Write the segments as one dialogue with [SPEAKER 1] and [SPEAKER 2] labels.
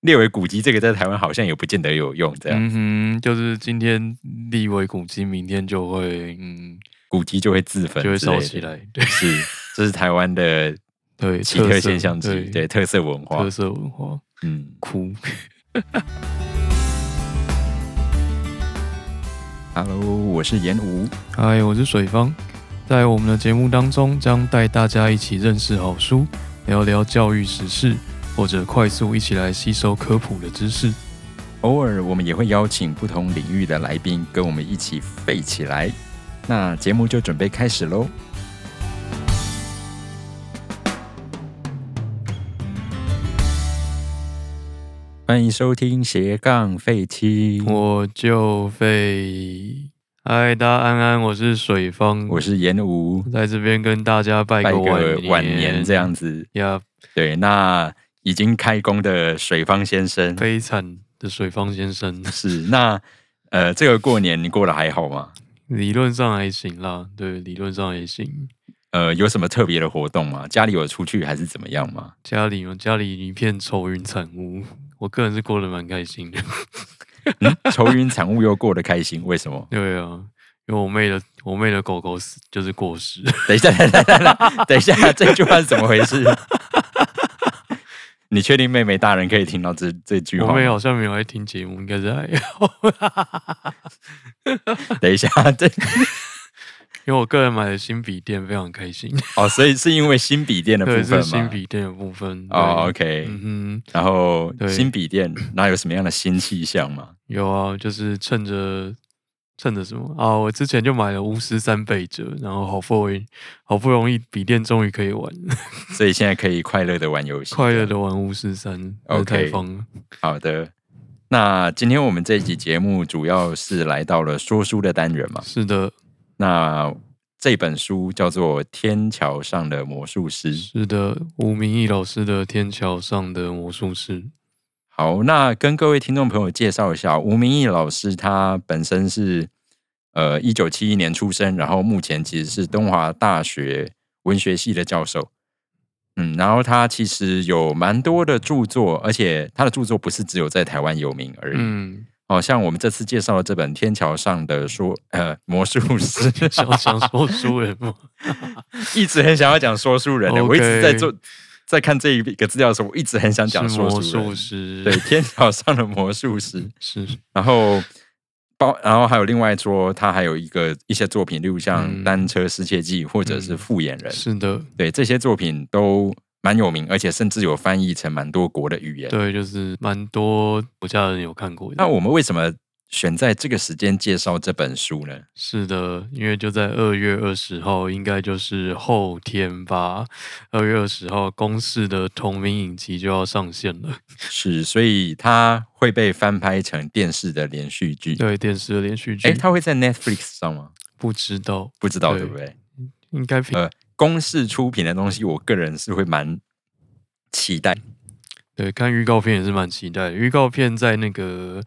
[SPEAKER 1] 列为古迹，这个在台湾好像也不见得有用。这样、
[SPEAKER 2] 嗯哼，就是今天立为古迹，明天就会嗯
[SPEAKER 1] 古迹就会自焚，
[SPEAKER 2] 就会烧 起。来，对
[SPEAKER 1] 是，这是台湾的
[SPEAKER 2] 对，
[SPEAKER 1] 奇
[SPEAKER 2] 特
[SPEAKER 1] 特
[SPEAKER 2] 色
[SPEAKER 1] 现象之一，
[SPEAKER 2] 对
[SPEAKER 1] 对特色文化
[SPEAKER 2] 特。色文化，
[SPEAKER 1] 嗯，
[SPEAKER 2] 哭
[SPEAKER 1] Hello，我是严吴。
[SPEAKER 2] 嗨，哎我是水方，在我们的节目当中，将带大家一起认识好书，聊聊教育时事，或者快速一起来吸收科普的知识。
[SPEAKER 1] 偶尔我们也会邀请不同领域的来宾跟我们一起废起来。那节目就准备开始喽。欢迎收听斜杠废青，
[SPEAKER 2] 我就废，嗨，大家安安，我是水方，
[SPEAKER 1] 我是严吴，
[SPEAKER 2] 在这边跟大家拜
[SPEAKER 1] 拜
[SPEAKER 2] 个
[SPEAKER 1] 个
[SPEAKER 2] 年，
[SPEAKER 1] 晚年这样子。
[SPEAKER 2] 呀，
[SPEAKER 1] 对，那已经开工的水方先生
[SPEAKER 2] 悲惨的水方先生，
[SPEAKER 1] 是那呃，这个过年你过得还好吗？
[SPEAKER 2] 理论上还行啦，对，理论上还行。
[SPEAKER 1] 呃，有什么特别的活动吗？家里有出去还是怎么样吗？
[SPEAKER 2] 家里嘛，家里一片愁云惨雾， 我个人是过得蛮开心的。
[SPEAKER 1] 嗯，愁云惨雾又过得开心，为什么？
[SPEAKER 2] 对啊，因为我妹的我妹的狗狗死就是过世，
[SPEAKER 1] 等一下，等一下，等一下，等一下，这句话是怎么回事？ 你确定妹妹大人可以听到这这句
[SPEAKER 2] 我
[SPEAKER 1] 话？
[SPEAKER 2] 妹。好像没有在听节目，应该是还好，
[SPEAKER 1] 等一下，这
[SPEAKER 2] 因为我个人买了新笔电，非常开心。
[SPEAKER 1] 哦，所以是因为新笔电的部
[SPEAKER 2] 对，
[SPEAKER 1] 分
[SPEAKER 2] 是
[SPEAKER 1] 吗？
[SPEAKER 2] 新笔电的部分。对
[SPEAKER 1] 哦，OK。
[SPEAKER 2] 嗯哼，
[SPEAKER 1] 然后
[SPEAKER 2] 对
[SPEAKER 1] 新笔电，那有什么样的新气象吗？
[SPEAKER 2] 有啊，就是趁着趁着什么啊？我之前就买了巫师三倍折，然后好不容易好不容易笔电终于可以玩了，
[SPEAKER 1] 所以现在可以快乐的玩游戏，
[SPEAKER 2] 快乐的玩巫师三，真的
[SPEAKER 1] OK
[SPEAKER 2] 太疯了。
[SPEAKER 1] 好的，那今天我们这一集节目主要是来到了说书的单元嘛。
[SPEAKER 2] 是的，
[SPEAKER 1] 那这本书叫做《天桥上的魔术师》。
[SPEAKER 2] 是的，吴明义老师的《天桥上的魔术师》。
[SPEAKER 1] 好，那跟各位听众朋友介绍一下，吴明义老师他本身是呃一九七一年出生，然后目前其实是东华大学文学系的教授。嗯，然后他其实有蛮多的著作，而且他的著作不是只有在台湾有名而已。
[SPEAKER 2] 嗯，，
[SPEAKER 1] 哦，像我们这次介绍的这本《天桥上的说呃魔术师》
[SPEAKER 2] 想想说书人吗？
[SPEAKER 1] 一直很想要讲说书人的，我一直在做在看这一个资料的时候，我一直很想 讲
[SPEAKER 2] 是
[SPEAKER 1] 说
[SPEAKER 2] 魔
[SPEAKER 1] 书
[SPEAKER 2] 术
[SPEAKER 1] 人。
[SPEAKER 2] 师，
[SPEAKER 1] 对，天桥上的魔术师，
[SPEAKER 2] 是，
[SPEAKER 1] 然后包，然后还有另外说，他还有一个一些作品，例如像
[SPEAKER 2] 嗯
[SPEAKER 1] 《单车世界记》或者是《
[SPEAKER 2] 嗯
[SPEAKER 1] 复眼人》
[SPEAKER 2] 是的，
[SPEAKER 1] 对这些作品都蛮有名，而且甚至有翻译成蛮多国的语言。
[SPEAKER 2] 对，就是蛮多国家人有看过
[SPEAKER 1] 那
[SPEAKER 2] 的。
[SPEAKER 1] 我们为什么选在这个时间介绍这本书呢？
[SPEAKER 2] 是的，因为就在二月二十号，应该就是后天吧。二月二十号，公视的同名影集就要上线了。
[SPEAKER 1] 嗯是，所以它会被翻拍成电视的连续剧。
[SPEAKER 2] 对，电视的连续剧，
[SPEAKER 1] 哎，它会在 Netflix 上吗？
[SPEAKER 2] 不知道，
[SPEAKER 1] 不知道，
[SPEAKER 2] 对
[SPEAKER 1] 对不对？
[SPEAKER 2] 应该平、
[SPEAKER 1] 呃，公式出品的东西，我个人是会蛮期待。
[SPEAKER 2] 对看预告片也是蛮期待的。预告片在那个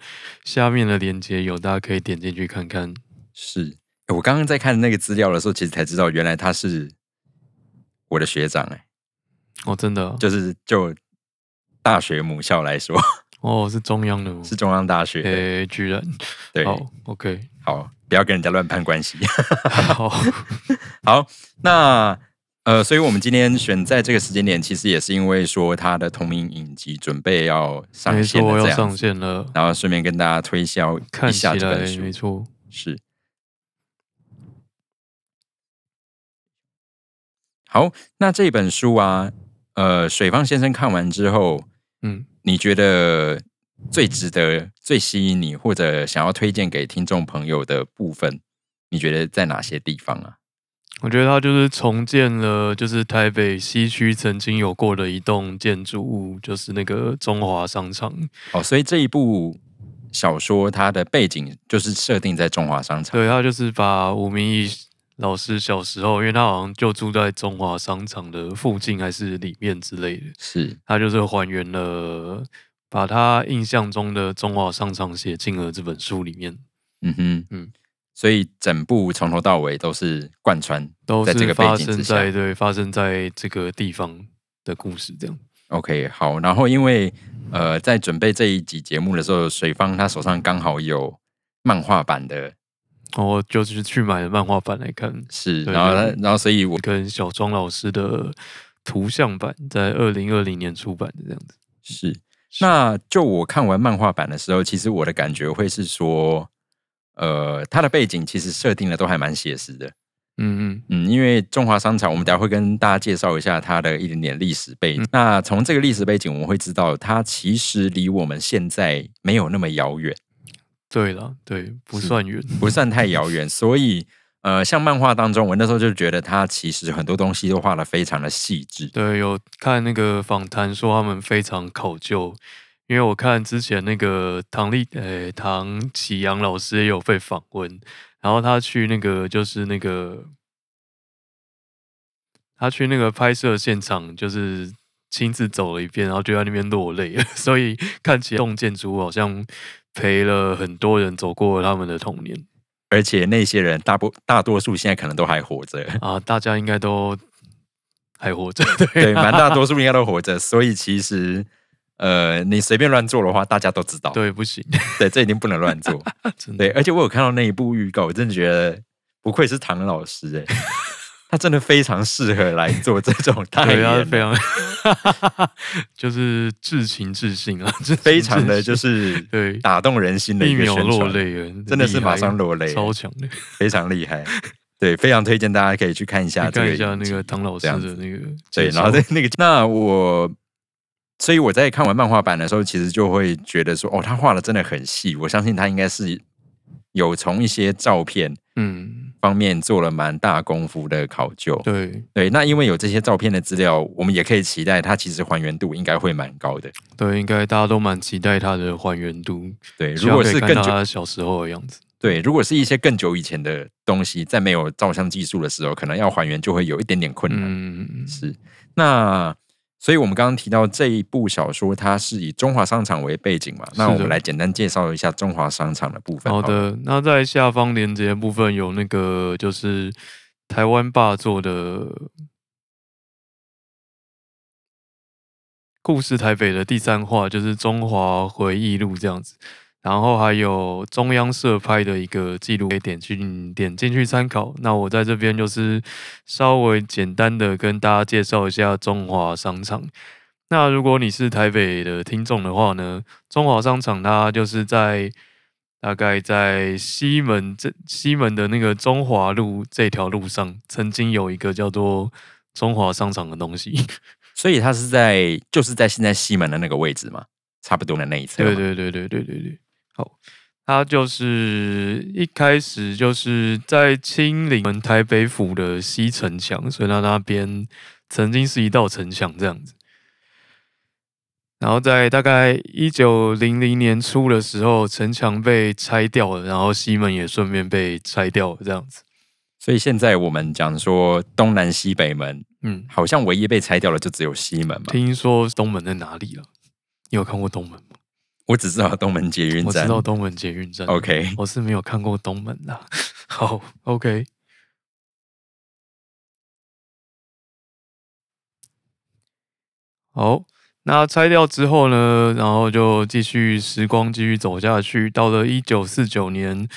[SPEAKER 2] 下面的链接有，大家可以点进去看看。
[SPEAKER 1] 是诶我刚刚在看那个资料的时候，其实才知道原来他是我的学长、哎，
[SPEAKER 2] 哦，真的啊、
[SPEAKER 1] 就是就大学母校来说
[SPEAKER 2] 哦，是中央的吗？
[SPEAKER 1] 是中央大学的，
[SPEAKER 2] 诶、居然
[SPEAKER 1] 对，
[SPEAKER 2] 好，OK，
[SPEAKER 1] 好，不要跟人家乱攀关系。
[SPEAKER 2] 好，
[SPEAKER 1] 好，那呃，所以我们今天选在这个时间点，其实也是因为说他的同名影集准备要上
[SPEAKER 2] 没
[SPEAKER 1] 线了，
[SPEAKER 2] 错，要
[SPEAKER 1] 这样
[SPEAKER 2] 上
[SPEAKER 1] 子，
[SPEAKER 2] 线了，
[SPEAKER 1] 然后顺便跟大家推销一
[SPEAKER 2] 看起
[SPEAKER 1] 下这
[SPEAKER 2] 来
[SPEAKER 1] 本书
[SPEAKER 2] 没。错，
[SPEAKER 1] 是。好，那这本书啊，呃，水方先生看完之后，
[SPEAKER 2] 嗯，
[SPEAKER 1] 你觉得最值得、最吸引你，或者想要推荐给听众朋友的部分，你觉得在哪些地方啊？
[SPEAKER 2] 我觉得它就是重建了，就是台北西区曾经有过的一栋建筑物，就是那个中华商场。
[SPEAKER 1] 哦，所以这一部小说它的背景就是设定在中华商场。
[SPEAKER 2] 对，它就是把吴明义老师小时候，因为他好像就住在中华商场的附近还是里面之类的，
[SPEAKER 1] 是
[SPEAKER 2] 他就是还原了。把他印象中的中华商场写进了这本书里面，
[SPEAKER 1] 嗯哼，嗯
[SPEAKER 2] 嗯，
[SPEAKER 1] 所以整部从头到尾都是贯穿
[SPEAKER 2] 都
[SPEAKER 1] 在这
[SPEAKER 2] 是
[SPEAKER 1] 个背
[SPEAKER 2] 发
[SPEAKER 1] 景
[SPEAKER 2] 生
[SPEAKER 1] 之下
[SPEAKER 2] 在对发生在这个地方的故事，这样。
[SPEAKER 1] OK，好，然后因为呃，在准备这一集节目的时候，水方他手上刚好有漫画版的，
[SPEAKER 2] 我就是去买了漫画版来看，
[SPEAKER 1] 是，
[SPEAKER 2] 对
[SPEAKER 1] 然后他
[SPEAKER 2] 对
[SPEAKER 1] 然后所以我
[SPEAKER 2] 跟小庄老师的图像版，在二零二零年出版的这样子。
[SPEAKER 1] 是，那就我看完漫画版的时候，其实我的感觉会是说，呃，它的背景其实设定的都还蛮写实的。
[SPEAKER 2] 嗯
[SPEAKER 1] 嗯，因为中华商场，我们等一下会跟大家介绍一下它的一点点历史背景。
[SPEAKER 2] 嗯
[SPEAKER 1] 那从这个历史背景，我们会知道它其实离我们现在没有那么遥远，
[SPEAKER 2] 嗯，对了，对，不
[SPEAKER 1] 是
[SPEAKER 2] 算远。
[SPEAKER 1] 不算太遥远。所以，呃，像漫画当中，我那时候就觉得它其实很多东西都画的非常的细致。
[SPEAKER 2] 对，有看那个访谈说他们非常考究，因为我看之前那个唐立，呃，唐启阳老师也有被访问，然后他去那个就是那个，他去那个拍摄现场就是。亲自走了一遍，然后就在那边落泪了， 所以看起来栋建筑物好像陪了很多人走过他们的童年
[SPEAKER 1] 而且那些人大部大多数现在可能都还活着。
[SPEAKER 2] 啊！大家应该都还活着， 对
[SPEAKER 1] 对，蛮大多数应该都活着，所以其实呃，你随便乱做的话，大家都知道。
[SPEAKER 2] 对，不行，
[SPEAKER 1] 对，这一定不能乱做。
[SPEAKER 2] 真的
[SPEAKER 1] 对，而且我有看到那一部预告，我真的觉得不愧是唐老师哎、他真的非常适合来做这 种代
[SPEAKER 2] 对
[SPEAKER 1] 言
[SPEAKER 2] 啊，非
[SPEAKER 1] 啊，
[SPEAKER 2] 常， 就是至情至性啊， 就是
[SPEAKER 1] 非常的就是
[SPEAKER 2] 对，
[SPEAKER 1] 打动人心的
[SPEAKER 2] 一
[SPEAKER 1] 一个
[SPEAKER 2] 秒
[SPEAKER 1] 宣
[SPEAKER 2] 落
[SPEAKER 1] 传，
[SPEAKER 2] 泪了，
[SPEAKER 1] 真的是
[SPEAKER 2] 厉害
[SPEAKER 1] 马上落泪，
[SPEAKER 2] 超强 的。
[SPEAKER 1] 非常厉害。对，非常推荐大家可以去看一下
[SPEAKER 2] 你
[SPEAKER 1] 这个
[SPEAKER 2] 看一
[SPEAKER 1] 影集，
[SPEAKER 2] 下那个唐老师
[SPEAKER 1] 这样子
[SPEAKER 2] 的那个
[SPEAKER 1] 对，
[SPEAKER 2] 介
[SPEAKER 1] 然
[SPEAKER 2] 绍，
[SPEAKER 1] 后在那个，那我，所以我在看完漫画版的时候，其实就会觉得说，哦，他画的真的很细，我相信他应该是有从一些照片
[SPEAKER 2] 嗯，
[SPEAKER 1] 方面做了蛮大功夫的考究。
[SPEAKER 2] 对
[SPEAKER 1] 对，那因为有这些照片的资料，我们也可以期待它其实还原度应该会蛮高的。
[SPEAKER 2] 对，应该大家都蛮期待他的还原度，
[SPEAKER 1] 对，
[SPEAKER 2] 希
[SPEAKER 1] 如
[SPEAKER 2] 望
[SPEAKER 1] 果
[SPEAKER 2] 可以
[SPEAKER 1] 是
[SPEAKER 2] 看
[SPEAKER 1] 更
[SPEAKER 2] 到
[SPEAKER 1] 久，
[SPEAKER 2] 他小时候的样子，
[SPEAKER 1] 对，如果是一些更久以前的东西，在没有照相技术的时候，可能要还原就会有一点点困难。
[SPEAKER 2] 嗯，
[SPEAKER 1] 是，那所以我们刚刚提到这一部小说，它是以中华商场为背景嘛？那
[SPEAKER 2] 是
[SPEAKER 1] 我们
[SPEAKER 2] 的
[SPEAKER 1] 来简单介绍一下中华商场的部分
[SPEAKER 2] 好
[SPEAKER 1] 好了。
[SPEAKER 2] 的，那在下方连接部分有那个就是台湾霸座的故事台北的第三话，就是《中华回忆录》这样子。然后还有中央社拍的一个记录，可以点进点进去参考。那我在这边就是稍微简单的跟大家介绍一下中华商场。那如果你是台北的听众的话呢，中华商场它就是在大概在西门这西门的那个中华路这条路上，曾经有一个叫做中华商场的东西。
[SPEAKER 1] 所以它是在就是在现在西门的那个位置嘛，差不多的那一侧嘛。
[SPEAKER 2] 对对对对对对对，好，它就是一开始就是在清理我们台北府的西城墙，所以它那边曾经是一道城墙这样子。然后在大概一九零零年初的时候，城墙被拆掉了，然后西门也顺便被拆掉了，这样子。
[SPEAKER 1] 所以现在我们讲说东南西北门，
[SPEAKER 2] 嗯，
[SPEAKER 1] 好像唯一被拆掉的就只有西门嘛。
[SPEAKER 2] 听说东门在哪里了？啊你有看过东门吗？
[SPEAKER 1] 我只知道东门捷运
[SPEAKER 2] 我知
[SPEAKER 1] 站。
[SPEAKER 2] 道东门捷运站。
[SPEAKER 1] OK，
[SPEAKER 2] 我是没有看过东门啦。 好，OK。好，那拆掉之后呢，然后就继续时光继续走下去，到了一九四九年，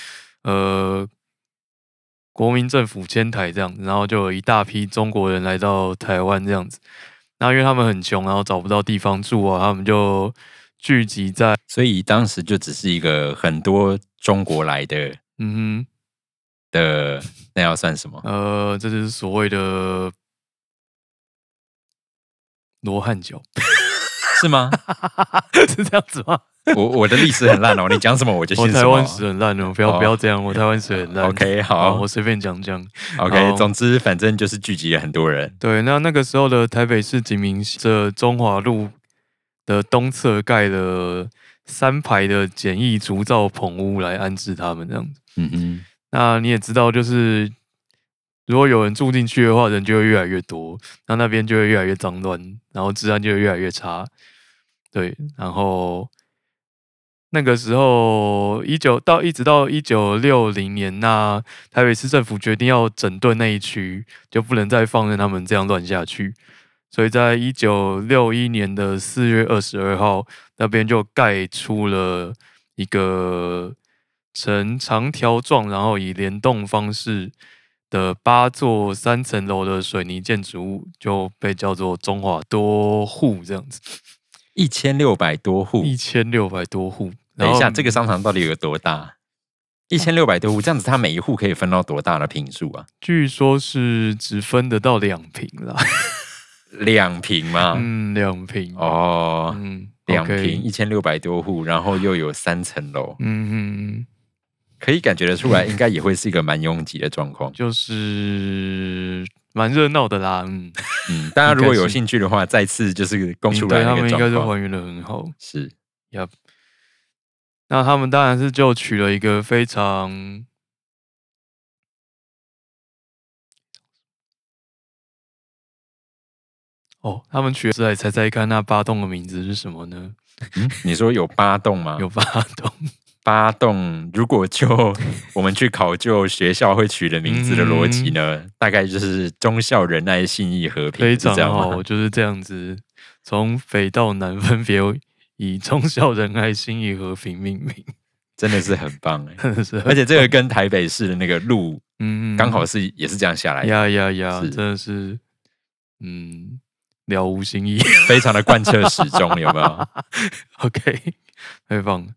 [SPEAKER 2] 呃，国民政府迁台这样子，然后就有一大批中国人来到台湾这样子。那因为他们很穷，然后找不到地方住啊，他们就聚集在
[SPEAKER 1] 所以当时就只是一个很多中国来的
[SPEAKER 2] 嗯哼。
[SPEAKER 1] 的，那要算 什么？
[SPEAKER 2] 呃，这就是所谓的罗汉脚，
[SPEAKER 1] 是吗？
[SPEAKER 2] 是这样子吗？
[SPEAKER 1] 我我的历史很烂哦，你讲什么我就
[SPEAKER 2] 我
[SPEAKER 1] 信什么。
[SPEAKER 2] 台湾史很烂哦，不要、
[SPEAKER 1] 哦
[SPEAKER 2] 不要这样，我台湾史很烂。
[SPEAKER 1] OK，
[SPEAKER 2] 好，
[SPEAKER 1] 好
[SPEAKER 2] 我随便讲讲。
[SPEAKER 1] ，OK，
[SPEAKER 2] 好
[SPEAKER 1] 总之反正就是聚集了很多人，
[SPEAKER 2] 对，那那个时候的台北市警民这中华路的东侧盖了三排的简易竹造棚屋来安置他们这样子。
[SPEAKER 1] 嗯哼，
[SPEAKER 2] 那你也知道，就是如果有人住进去的话，人就会越来越多，那那边就会越来越脏乱，然后治安就会越来越差。对，然后那个时候一九到一直到一九六零年，那台北市政府决定要整顿那一区，就不能再放任他们这样乱下去。所以在一九六一年的四月二十二号，那边就盖出了一个呈长条状，然后以联动方式的八座三层楼的水泥建筑物，就被叫做中华多户这样子，
[SPEAKER 1] 一千六百多户。
[SPEAKER 2] 一千六百多户。
[SPEAKER 1] 等一下，这
[SPEAKER 2] 个
[SPEAKER 1] 个商场到底有多大？一千六百多户，这样子它每一户可以分到多大的平数啊？
[SPEAKER 2] 据说是只分得到两平啦，
[SPEAKER 1] 两平吗？
[SPEAKER 2] 嗯，两平，
[SPEAKER 1] 啊哦，
[SPEAKER 2] 嗯，
[SPEAKER 1] 两
[SPEAKER 2] OK
[SPEAKER 1] 平一千六百多户，然后又有三层楼，
[SPEAKER 2] 嗯嗯嗯。
[SPEAKER 1] 可以感觉得出来，应该也会是一个蛮拥挤的状况。
[SPEAKER 2] 就是蛮热闹的啦，嗯，
[SPEAKER 1] 嗯，大家如果有
[SPEAKER 2] 应该是
[SPEAKER 1] 兴趣的话，再次就是供出来
[SPEAKER 2] 对他
[SPEAKER 1] 那
[SPEAKER 2] 们
[SPEAKER 1] 个
[SPEAKER 2] 应
[SPEAKER 1] 状
[SPEAKER 2] 该是
[SPEAKER 1] 况。
[SPEAKER 2] 还原的很好。
[SPEAKER 1] 是，
[SPEAKER 2] 那他们当然是就取了一个非常哦，他们取了来猜猜看，那八栋的名字是什么呢？
[SPEAKER 1] 嗯，你说有八栋吗？
[SPEAKER 2] 有八栋
[SPEAKER 1] 八栋。如果就我们去考究学校会取的名字的逻辑呢，大概就是忠孝仁爱信义和平，
[SPEAKER 2] 嗯非
[SPEAKER 1] 是这
[SPEAKER 2] 常
[SPEAKER 1] 样
[SPEAKER 2] 好，
[SPEAKER 1] 吗？
[SPEAKER 2] 就是这样子，从北到南分别以忠孝仁爱、心义和平命名，
[SPEAKER 1] 真的是很棒哎、
[SPEAKER 2] 真 的是很，
[SPEAKER 1] 而且这个跟台北市的那个路
[SPEAKER 2] 嗯嗯
[SPEAKER 1] 刚
[SPEAKER 2] 嗯
[SPEAKER 1] 好是也是这样下来的，
[SPEAKER 2] 呀呀呀，
[SPEAKER 1] 是
[SPEAKER 2] 真的是，嗯，了无新意。
[SPEAKER 1] 非常的贯彻始终，有没有？
[SPEAKER 2] OK，太 棒了。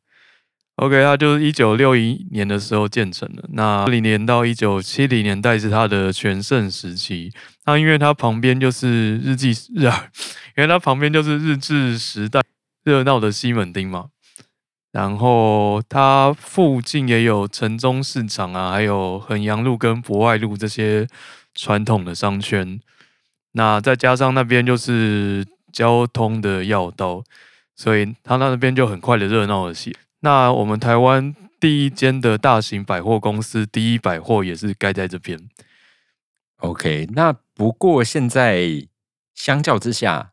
[SPEAKER 2] OK，它就是一九六一年的时候建成的。那零年到一九七零年代是它的全盛时期。那因为它旁边就是日记日啊， 因为它旁边就是日治时代热闹的西门町嘛。然后它附近也有城中市场啊，还有衡阳路跟博爱路这些传统的商圈。那再加上那边就是交通的要道，所以他那边就很快的热闹了起来。那我们台湾第一间的大型百货公司第一百货也是盖在这边。
[SPEAKER 1] OK，那不过现在相较之下，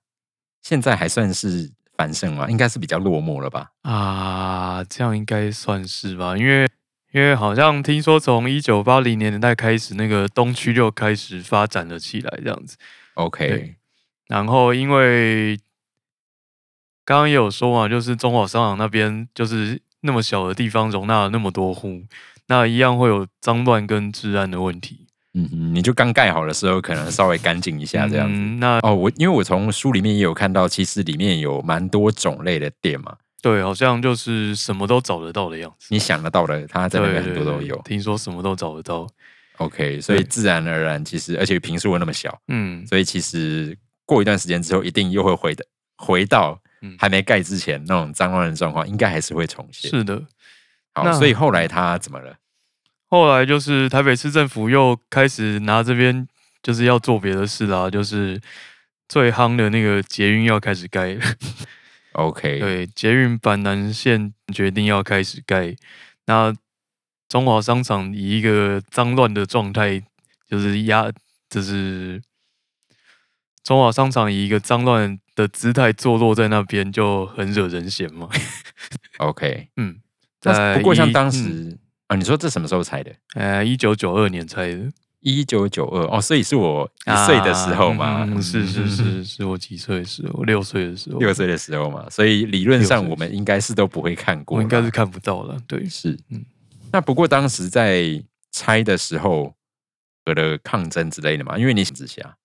[SPEAKER 1] 现在还算是繁盛吗？应该是比较落寞了吧？
[SPEAKER 2] 啊，这样应该算是吧，因为因为好像听说从一九八零年代开始，那个东区就开始发展了起来，这样子。
[SPEAKER 1] OK，
[SPEAKER 2] 对然后因为刚刚也有说嘛，就是中华商场那边就是那么小的地方容纳了那么多户，那一样会有脏乱跟治安的问题。
[SPEAKER 1] 嗯哼，你就刚盖好的时候，可能稍微干净一下啊这样子。
[SPEAKER 2] 嗯那
[SPEAKER 1] 哦，我因为我从书里面也有看到，其实里面有蛮多种类的店嘛，
[SPEAKER 2] 对，好像就是什么都找得到的样子。
[SPEAKER 1] 你想得到的，它在那
[SPEAKER 2] 对
[SPEAKER 1] 边
[SPEAKER 2] 对
[SPEAKER 1] 很多
[SPEAKER 2] 对
[SPEAKER 1] 都有。
[SPEAKER 2] 听说什么都找得到。
[SPEAKER 1] OK，所以
[SPEAKER 2] 对
[SPEAKER 1] 自然而然，其实而且平数又那么小，
[SPEAKER 2] 嗯，
[SPEAKER 1] 所以其实过一段时间之后，一定又会回的回到
[SPEAKER 2] 嗯
[SPEAKER 1] 还没盖之前那种脏乱的状况，应该还是会重现。
[SPEAKER 2] 是的。
[SPEAKER 1] 好，
[SPEAKER 2] 那
[SPEAKER 1] 所以后来它怎么了？
[SPEAKER 2] 后来就是台北市政府又开始拿这边就是要做别的事啦，就是最夯的那个捷运要开始盖了。
[SPEAKER 1] OK，
[SPEAKER 2] 对，捷运板南线决定要开始盖，那中华商场以一个脏乱的状态，就是压，就是中华商场以一个脏乱的姿态坐落在那边，就很惹人嫌嘛。
[SPEAKER 1] OK，
[SPEAKER 2] 嗯，
[SPEAKER 1] 但是
[SPEAKER 2] 在
[SPEAKER 1] 不过像
[SPEAKER 2] 一
[SPEAKER 1] 当
[SPEAKER 2] 嗯
[SPEAKER 1] 时啊，你说这什么时候拆的？
[SPEAKER 2] 呃，一九九二年拆的，
[SPEAKER 1] 一九九二哦，所以是我一岁的时候嘛，
[SPEAKER 2] 啊嗯嗯 嗯是是
[SPEAKER 1] 嗯，
[SPEAKER 2] 是，是我几岁的时候，我六岁的时候，
[SPEAKER 1] 六岁的时候嘛，所以理论上
[SPEAKER 2] 六岁
[SPEAKER 1] 我们应该是都不会看过
[SPEAKER 2] 我
[SPEAKER 1] 啦，
[SPEAKER 2] 应该是看不到了。对，
[SPEAKER 1] 是
[SPEAKER 2] 嗯
[SPEAKER 1] 那不过当时在拆的时候，有了抗争之类的嘛，因为你之下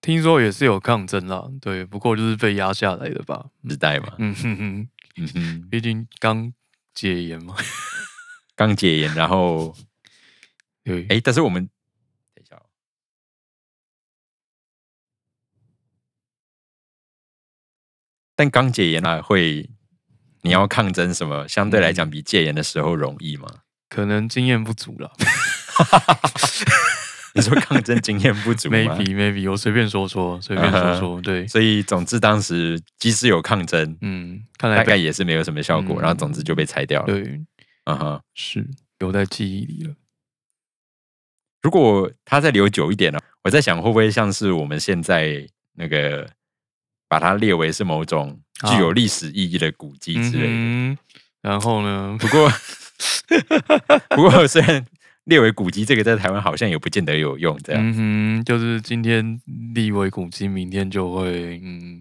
[SPEAKER 2] 听说也是有抗争啦，对，不过就是被压下来的吧。
[SPEAKER 1] 时代嘛，
[SPEAKER 2] 嗯哼哼，
[SPEAKER 1] 嗯哼，
[SPEAKER 2] 毕竟刚解严嘛。
[SPEAKER 1] 刚解严，然后
[SPEAKER 2] 对，
[SPEAKER 1] 哎，但是我们等一下哦，但刚解严啊，会你要抗争什么？相对来
[SPEAKER 2] 嗯
[SPEAKER 1] 讲，比戒严的时候容易吗？
[SPEAKER 2] 可能经验不足了
[SPEAKER 1] 你说抗争经验不足吗嗯
[SPEAKER 2] ，maybe maybe，我随便说说，随便说说 对，
[SPEAKER 1] 所以总之当时即使有抗争，
[SPEAKER 2] 嗯，看
[SPEAKER 1] 大
[SPEAKER 2] 来
[SPEAKER 1] 概
[SPEAKER 2] 被
[SPEAKER 1] 也是没有什么效果，
[SPEAKER 2] 嗯
[SPEAKER 1] 然后总之就被拆掉了。
[SPEAKER 2] 对
[SPEAKER 1] 嗯哼，
[SPEAKER 2] 是留在记忆里了。
[SPEAKER 1] 如果他再留久一点呢、我在想会不会像是我们现在那个把它列为是某种具
[SPEAKER 2] 啊
[SPEAKER 1] 有历史意义的古
[SPEAKER 2] 嗯
[SPEAKER 1] 迹之类的。
[SPEAKER 2] 嗯哼，然后呢？
[SPEAKER 1] 不过，不过虽然列为古籍，这个在台湾好像也不见得有用，这样。
[SPEAKER 2] 嗯哼，就是今天立为古迹，明天就会嗯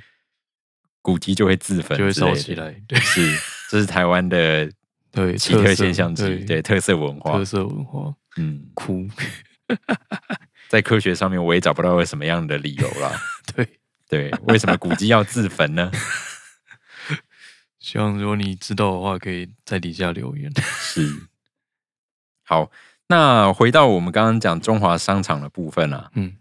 [SPEAKER 1] 古籍就会自焚，
[SPEAKER 2] 就会烧起。来， 对
[SPEAKER 1] 是，这是台湾的
[SPEAKER 2] 对，
[SPEAKER 1] 奇
[SPEAKER 2] 特
[SPEAKER 1] 特
[SPEAKER 2] 色
[SPEAKER 1] 现象之一，对特色文化
[SPEAKER 2] 特。色文化，
[SPEAKER 1] 嗯，
[SPEAKER 2] 哭，
[SPEAKER 1] 在科学上面我也找不到什么样的理由 啦。
[SPEAKER 2] 对，
[SPEAKER 1] 对，为什么古迹要自焚呢？
[SPEAKER 2] 希望如果你知道的话，可以在底下留言。
[SPEAKER 1] 是。好，那回到我们刚刚讲中华商场的部分啊，
[SPEAKER 2] 嗯，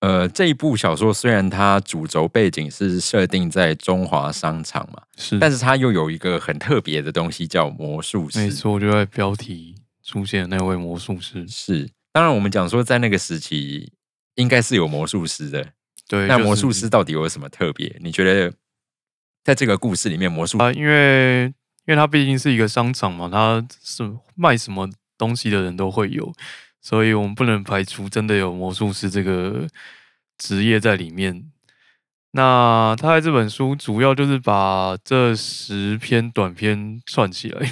[SPEAKER 1] 呃，这一部小说虽然它主轴背景是设定在中华商场嘛，
[SPEAKER 2] 是，
[SPEAKER 1] 但是它又有一个很特别的东西叫魔术师。
[SPEAKER 2] 没错，就在标题出现的那位魔术师，
[SPEAKER 1] 是，当然我们讲说在那个时期应该是有魔术师的。
[SPEAKER 2] 对，
[SPEAKER 1] 那
[SPEAKER 2] 就
[SPEAKER 1] 魔术
[SPEAKER 2] 是嗯
[SPEAKER 1] 师到底有什么特别？你觉得在这个故事里面，魔术
[SPEAKER 2] 啊，因为因为它毕竟是一个商场嘛，它是卖什么东西的人都会有，所以我们不能排除真的有魔术师这个职业在里面。那他在这本书主要就是把这十篇短篇串起来，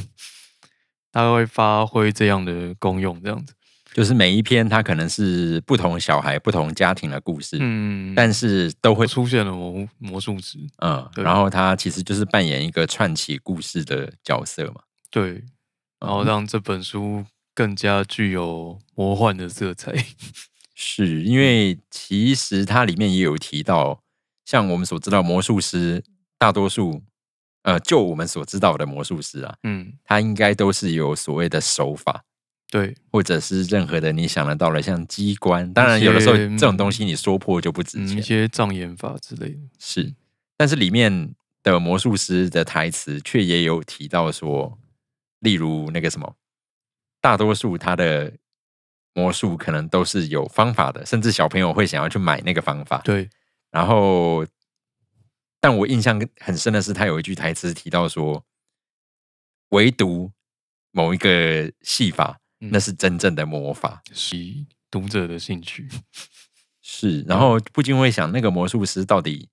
[SPEAKER 2] 他会发挥这样的功用，这样子。
[SPEAKER 1] 就是每一篇它可能是不同小孩、不同家庭的故事，
[SPEAKER 2] 嗯，
[SPEAKER 1] 但是都会
[SPEAKER 2] 出现了魔魔术师，
[SPEAKER 1] 嗯，
[SPEAKER 2] 对
[SPEAKER 1] 然后他其实就是扮演一个串起故事的角色嘛。嗯
[SPEAKER 2] 对，然后让这本书更加具有魔幻的色彩。
[SPEAKER 1] 是因为其实它里面也有提到，像我们所知道魔术师，大多数呃，就我们所知道的魔术师啊，
[SPEAKER 2] 嗯，
[SPEAKER 1] 他应该都是有所谓的手法，
[SPEAKER 2] 对，
[SPEAKER 1] 或者是任何的你想得到的，像机关。当然，有的时候
[SPEAKER 2] 一些
[SPEAKER 1] 这种东西你说破就不值
[SPEAKER 2] 嗯，
[SPEAKER 1] 钱，
[SPEAKER 2] 一些障眼法之类的。
[SPEAKER 1] 是。但是里面的魔术师的台词却也有提到说，例如那个什么，大多数他的魔术可能都是有方法的，甚至小朋友会想要去买那个方法。
[SPEAKER 2] 对，
[SPEAKER 1] 然后，但我印象很深的是，他有一句台词提到说，唯独某一个戏法，
[SPEAKER 2] 嗯
[SPEAKER 1] 那是真正的魔法。
[SPEAKER 2] 吸读者的兴趣。
[SPEAKER 1] 是，然后不禁会想，那个魔术师到底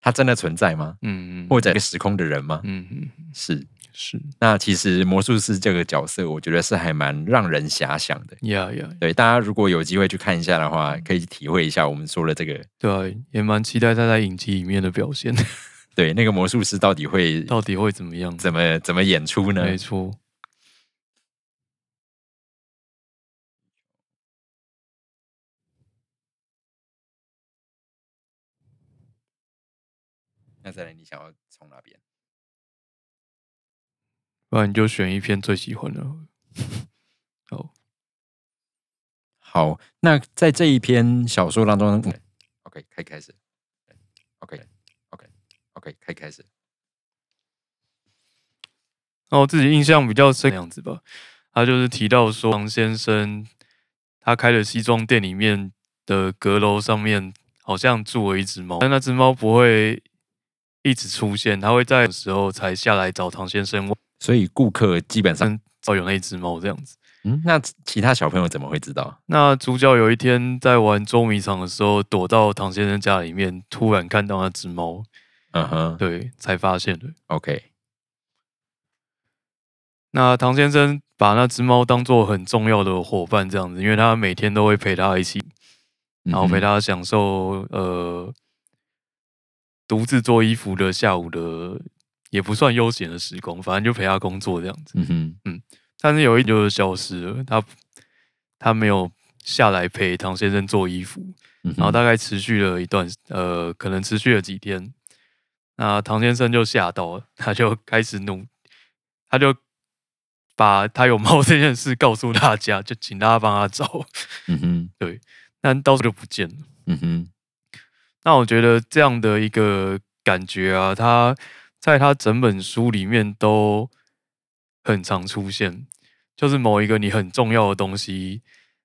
[SPEAKER 1] 他真的存在吗？
[SPEAKER 2] 嗯，嗯
[SPEAKER 1] 或者一个时空的人吗？
[SPEAKER 2] 嗯嗯嗯
[SPEAKER 1] 是。
[SPEAKER 2] 是
[SPEAKER 1] 那其实魔术师这个角色，我觉得是还蛮让人遐想的。
[SPEAKER 2] 呀呀，
[SPEAKER 1] 对，大家如果有机会去看一下的话，可以体会一下我们说的这个，
[SPEAKER 2] 对啊，也蛮期待他在影集里面的表 现，
[SPEAKER 1] 对那个魔术师到底会
[SPEAKER 2] 到底会怎么样？
[SPEAKER 1] 怎么怎么演出呢？
[SPEAKER 2] 哦没错，
[SPEAKER 1] 那再来，你想要从哪边？
[SPEAKER 2] 不然你就选一篇最喜欢的好了。好，
[SPEAKER 1] 好，那在这一篇小说当中，OK，可以
[SPEAKER 2] 嗯
[SPEAKER 1] 开始。OK，OK，OK，、可以开
[SPEAKER 2] 嗯
[SPEAKER 1] 始。
[SPEAKER 2] 那哦我自己印象比较深那样子吧，他就是提到说王先生他开的西装店里面的阁楼上面好像住了一只猫，但那只猫不会一直出现，它会在的时候才下来找唐先生问
[SPEAKER 1] 所以顾客基本上，
[SPEAKER 2] 哦有那只猫这样子。
[SPEAKER 1] 嗯，那其他小朋友怎么会知道？
[SPEAKER 2] 那主角有一天在玩捉迷藏的时候，躲到唐先生家里面，突然看到那只猫，
[SPEAKER 1] 嗯哼
[SPEAKER 2] 对，才发现的。
[SPEAKER 1] ，OK，
[SPEAKER 2] 那唐先生把那只猫当做很重要的伙伴，这样子，因为他每天都会陪他一起，然后陪
[SPEAKER 1] 他
[SPEAKER 2] 他享受呃独自做衣服的下午的，也不算悠闲的时光，反正就陪他工作这样子。
[SPEAKER 1] 嗯哼，
[SPEAKER 2] 但是有一天就是消失了，他他没有下来陪唐先生做衣服，
[SPEAKER 1] 嗯哼，
[SPEAKER 2] 然后大概持续了一段，呃，可能持续了几天。那唐先生就吓到了，他就开始怒，他就把他有猫这件事告诉大家，就请大家帮他找，
[SPEAKER 1] 嗯哼，
[SPEAKER 2] 但到时候就不见了。
[SPEAKER 1] 嗯 哼，
[SPEAKER 2] 那我觉得这样的一个感觉啊，它在它整本书里面都很常出现，就是某一个你很重要的东西，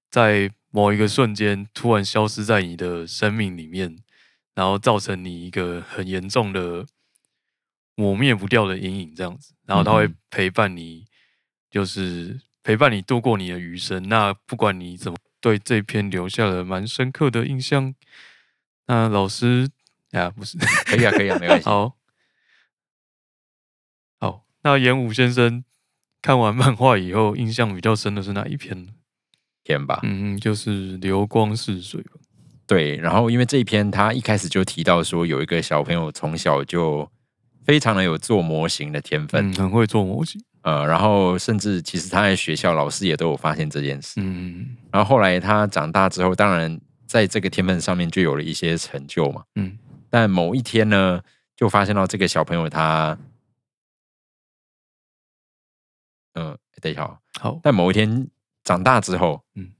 [SPEAKER 2] 在某一个瞬间突然消失在你的生命里面，然后造成你一个很严重的抹灭不掉的阴影，这样子，然后它
[SPEAKER 1] 嗯
[SPEAKER 2] 会
[SPEAKER 1] 哼
[SPEAKER 2] 陪伴你，就是陪伴你度过你的余生。那不管你怎么对这篇留下了蛮深刻的印象，那老师啊，不是，
[SPEAKER 1] 可以啊，可以啊，没关系。
[SPEAKER 2] 好，好，那演武先生看完漫画以后，印象比较深的是哪一篇呢？
[SPEAKER 1] 篇吧。
[SPEAKER 2] 嗯，就是流光逝水吧。
[SPEAKER 1] 对，然后因为这一篇他一开始就提到说，有一个小朋友从小就非常的有做模型的天分，
[SPEAKER 2] 嗯，很会做模型。
[SPEAKER 1] 呃，然后甚至其实他在学校老师也都有发现这件事。
[SPEAKER 2] 嗯
[SPEAKER 1] 然后后来他长大之后，当然在这个天分上面就有了一些成就嘛。
[SPEAKER 2] 嗯，
[SPEAKER 1] 但某一天呢，就发现到这个小朋友他，嗯、等一下、哦，
[SPEAKER 2] 好，
[SPEAKER 1] 但某一天长大之后，嗯
[SPEAKER 2] 嗯，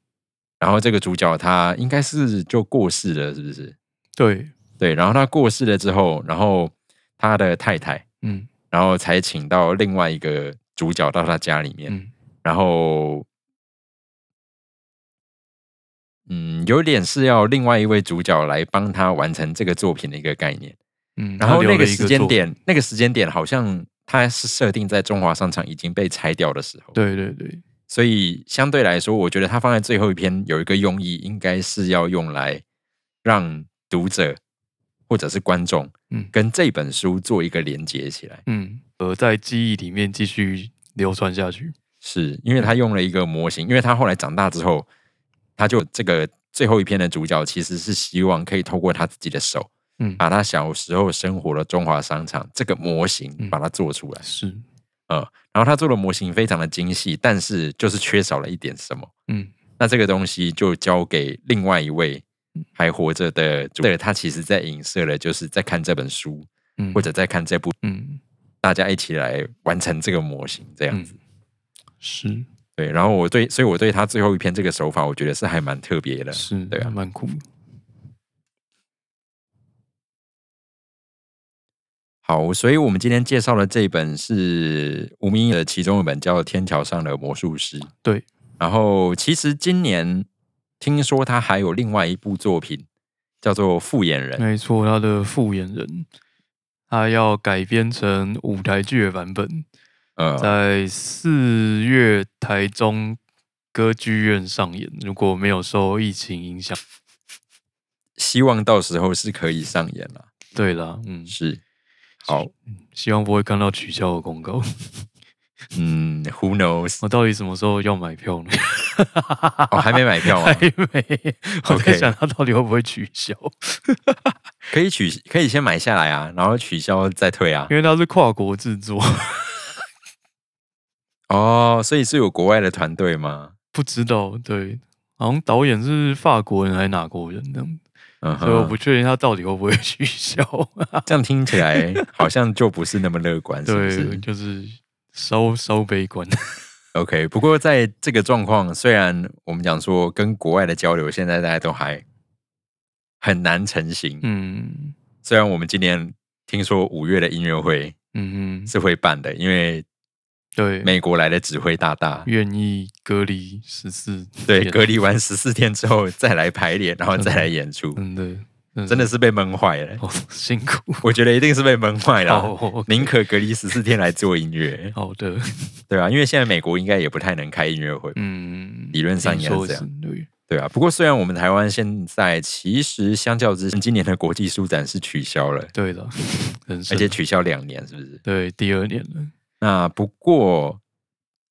[SPEAKER 1] 然后这个主角他应该是就过世了，是不是？
[SPEAKER 2] 对，
[SPEAKER 1] 对，然后他过世了之后，然后他的太太，
[SPEAKER 2] 嗯
[SPEAKER 1] 然后才请到另外一个主角到他家里面，
[SPEAKER 2] 嗯
[SPEAKER 1] 然后，嗯，有点是要另外一位主角来帮他完成这个作品的一个概念。
[SPEAKER 2] 嗯。
[SPEAKER 1] 然后
[SPEAKER 2] 他留
[SPEAKER 1] 那个
[SPEAKER 2] 了一
[SPEAKER 1] 时间
[SPEAKER 2] 作品，
[SPEAKER 1] 点，那个时间点好像它是设定在中华商场已经被拆掉的时候，
[SPEAKER 2] 对对对，
[SPEAKER 1] 所以相对来说，我觉得它放在最后一篇有一个用意，应该是要用来让读者或者是观众，
[SPEAKER 2] 嗯
[SPEAKER 1] 跟这本书做一个连接起来，
[SPEAKER 2] 嗯，而在记忆里面继续流传下去。
[SPEAKER 1] 是因为他用了一个模型，因为他后来长大之后，他就这个最后一篇的主角其实是希望可以透过他自己的手，
[SPEAKER 2] 嗯
[SPEAKER 1] 把他小时候生活的中华商场这个模型
[SPEAKER 2] 嗯
[SPEAKER 1] 把它做出来。
[SPEAKER 2] 是，
[SPEAKER 1] 嗯，然后他做的模型非常的精细，但是就是缺少了一点什么。
[SPEAKER 2] 嗯
[SPEAKER 1] 那这个东西就交给另外一位还活着的主，对，他其实在影射了，就是在看这本书
[SPEAKER 2] 嗯，
[SPEAKER 1] 或者在看这部，
[SPEAKER 2] 嗯
[SPEAKER 1] 大家一起来完成这个模型这样子。
[SPEAKER 2] 嗯是
[SPEAKER 1] 对，然后我对，所以我对他最后一篇这个手法，我觉得是还蛮特别的。
[SPEAKER 2] 是，
[SPEAKER 1] 对啊
[SPEAKER 2] 还蛮酷的。
[SPEAKER 1] 好，所以我们今天介绍的这一本是吴明义的其中一本，叫《天桥上的魔术师》。
[SPEAKER 2] 对，
[SPEAKER 1] 然后其实今年听说他还有另外一部作品叫做《复眼人》，
[SPEAKER 2] 没错，他的复眼人，他要改编成舞台剧的版本，
[SPEAKER 1] 呃，
[SPEAKER 2] 在四月台中歌剧院上演。如果没有受疫情影响，
[SPEAKER 1] 希望到时候是可以上演了。
[SPEAKER 2] 对啦，嗯，
[SPEAKER 1] 是，好，
[SPEAKER 2] 希望不会看到取消的公告。
[SPEAKER 1] 嗯，Who knows？
[SPEAKER 2] 我到底什么时候要买票呢？
[SPEAKER 1] 哦，还没买票
[SPEAKER 2] 还
[SPEAKER 1] 啊？
[SPEAKER 2] 没，我
[SPEAKER 1] OK
[SPEAKER 2] 在想他到底会不会取消，
[SPEAKER 1] 可以取，可以先买下来啊，然后取消再退啊
[SPEAKER 2] 因。为他是跨国制作，
[SPEAKER 1] 哦，所以是有国外的团队吗？
[SPEAKER 2] 不知道。对，好像导演是法国人还是哪国人这样子，
[SPEAKER 1] 嗯
[SPEAKER 2] 所以我
[SPEAKER 1] 哼
[SPEAKER 2] 不，确定他到底会不会取消。
[SPEAKER 1] 这样听起来好像就不是那么乐 观，是不
[SPEAKER 2] 对，
[SPEAKER 1] 是
[SPEAKER 2] 就是稍稍悲观。
[SPEAKER 1] ？OK，不过在这个状况，虽然我们讲说跟国外的交流现在大家都还很难成型，
[SPEAKER 2] 嗯
[SPEAKER 1] 虽然我们今年听说五月的音乐会
[SPEAKER 2] 嗯嗯，
[SPEAKER 1] 是会办的，因为
[SPEAKER 2] 对，
[SPEAKER 1] 美国来的指挥大大，
[SPEAKER 2] 愿意隔离十四
[SPEAKER 1] 对，隔离完十四天之后再来排练，然后再来演出，
[SPEAKER 2] 真的
[SPEAKER 1] 真的是被闷坏了。
[SPEAKER 2] 好辛苦。
[SPEAKER 1] 我觉得一定是被闷坏了，
[SPEAKER 2] 嗯好
[SPEAKER 1] 啊宁可隔离十四天来做音乐，
[SPEAKER 2] 好的，
[SPEAKER 1] 对啊，因为现在美国应该也不太能开音乐会，
[SPEAKER 2] 嗯，
[SPEAKER 1] 理论上应
[SPEAKER 2] 听
[SPEAKER 1] 该是
[SPEAKER 2] 说
[SPEAKER 1] 这样
[SPEAKER 2] 对，
[SPEAKER 1] 对啊。不过虽然我们台湾现在其实相较之下，今年的国际书展是取消了，
[SPEAKER 2] 对的，人生
[SPEAKER 1] 而且取消两年，是不是？
[SPEAKER 2] 对第二年了，
[SPEAKER 1] 那不过，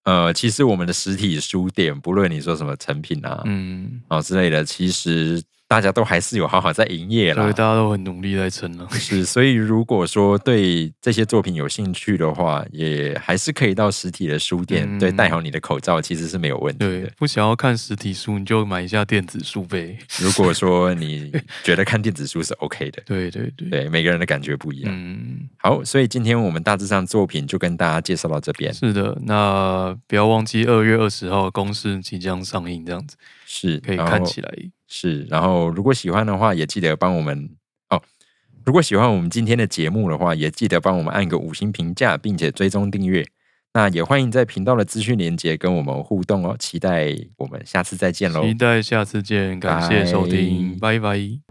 [SPEAKER 1] 呃，其实我们的实体书店，不论你说什么成品啊、
[SPEAKER 2] 嗯，
[SPEAKER 1] 哦之类的，其实大家都还是有好好在营业
[SPEAKER 2] 所
[SPEAKER 1] 啦
[SPEAKER 2] 以。大家都很努力在撑 啊了，
[SPEAKER 1] 是，所以如果说对这些作品有兴趣的话，也还是可以到实体的书店，
[SPEAKER 2] 嗯
[SPEAKER 1] 对，戴好你的口罩其实是没有问题
[SPEAKER 2] 对
[SPEAKER 1] 的。，
[SPEAKER 2] 不想要看实体书，你就买一下电子书呗，
[SPEAKER 1] 如果说你觉得看电子书是 OK 的，
[SPEAKER 2] 对对对，
[SPEAKER 1] 对，每个人的感觉不一样。
[SPEAKER 2] 嗯，
[SPEAKER 1] 好，所以今天我们大致上作品就跟大家介绍到这边。
[SPEAKER 2] 是的，那不要忘记二月二十号公式即将上映，这样子
[SPEAKER 1] 是，
[SPEAKER 2] 可以
[SPEAKER 1] 然
[SPEAKER 2] 看
[SPEAKER 1] 后
[SPEAKER 2] 起来，
[SPEAKER 1] 是，然后如果喜欢的话，也记得帮我们哦。如果喜欢我们今天的节目的话，也记得帮我们按个五星评价，并且追踪订阅。那也欢迎在频道的资讯连接跟我们互动哦。期待我们下次再见喽，
[SPEAKER 2] 期待下次见，感谢收听，拜拜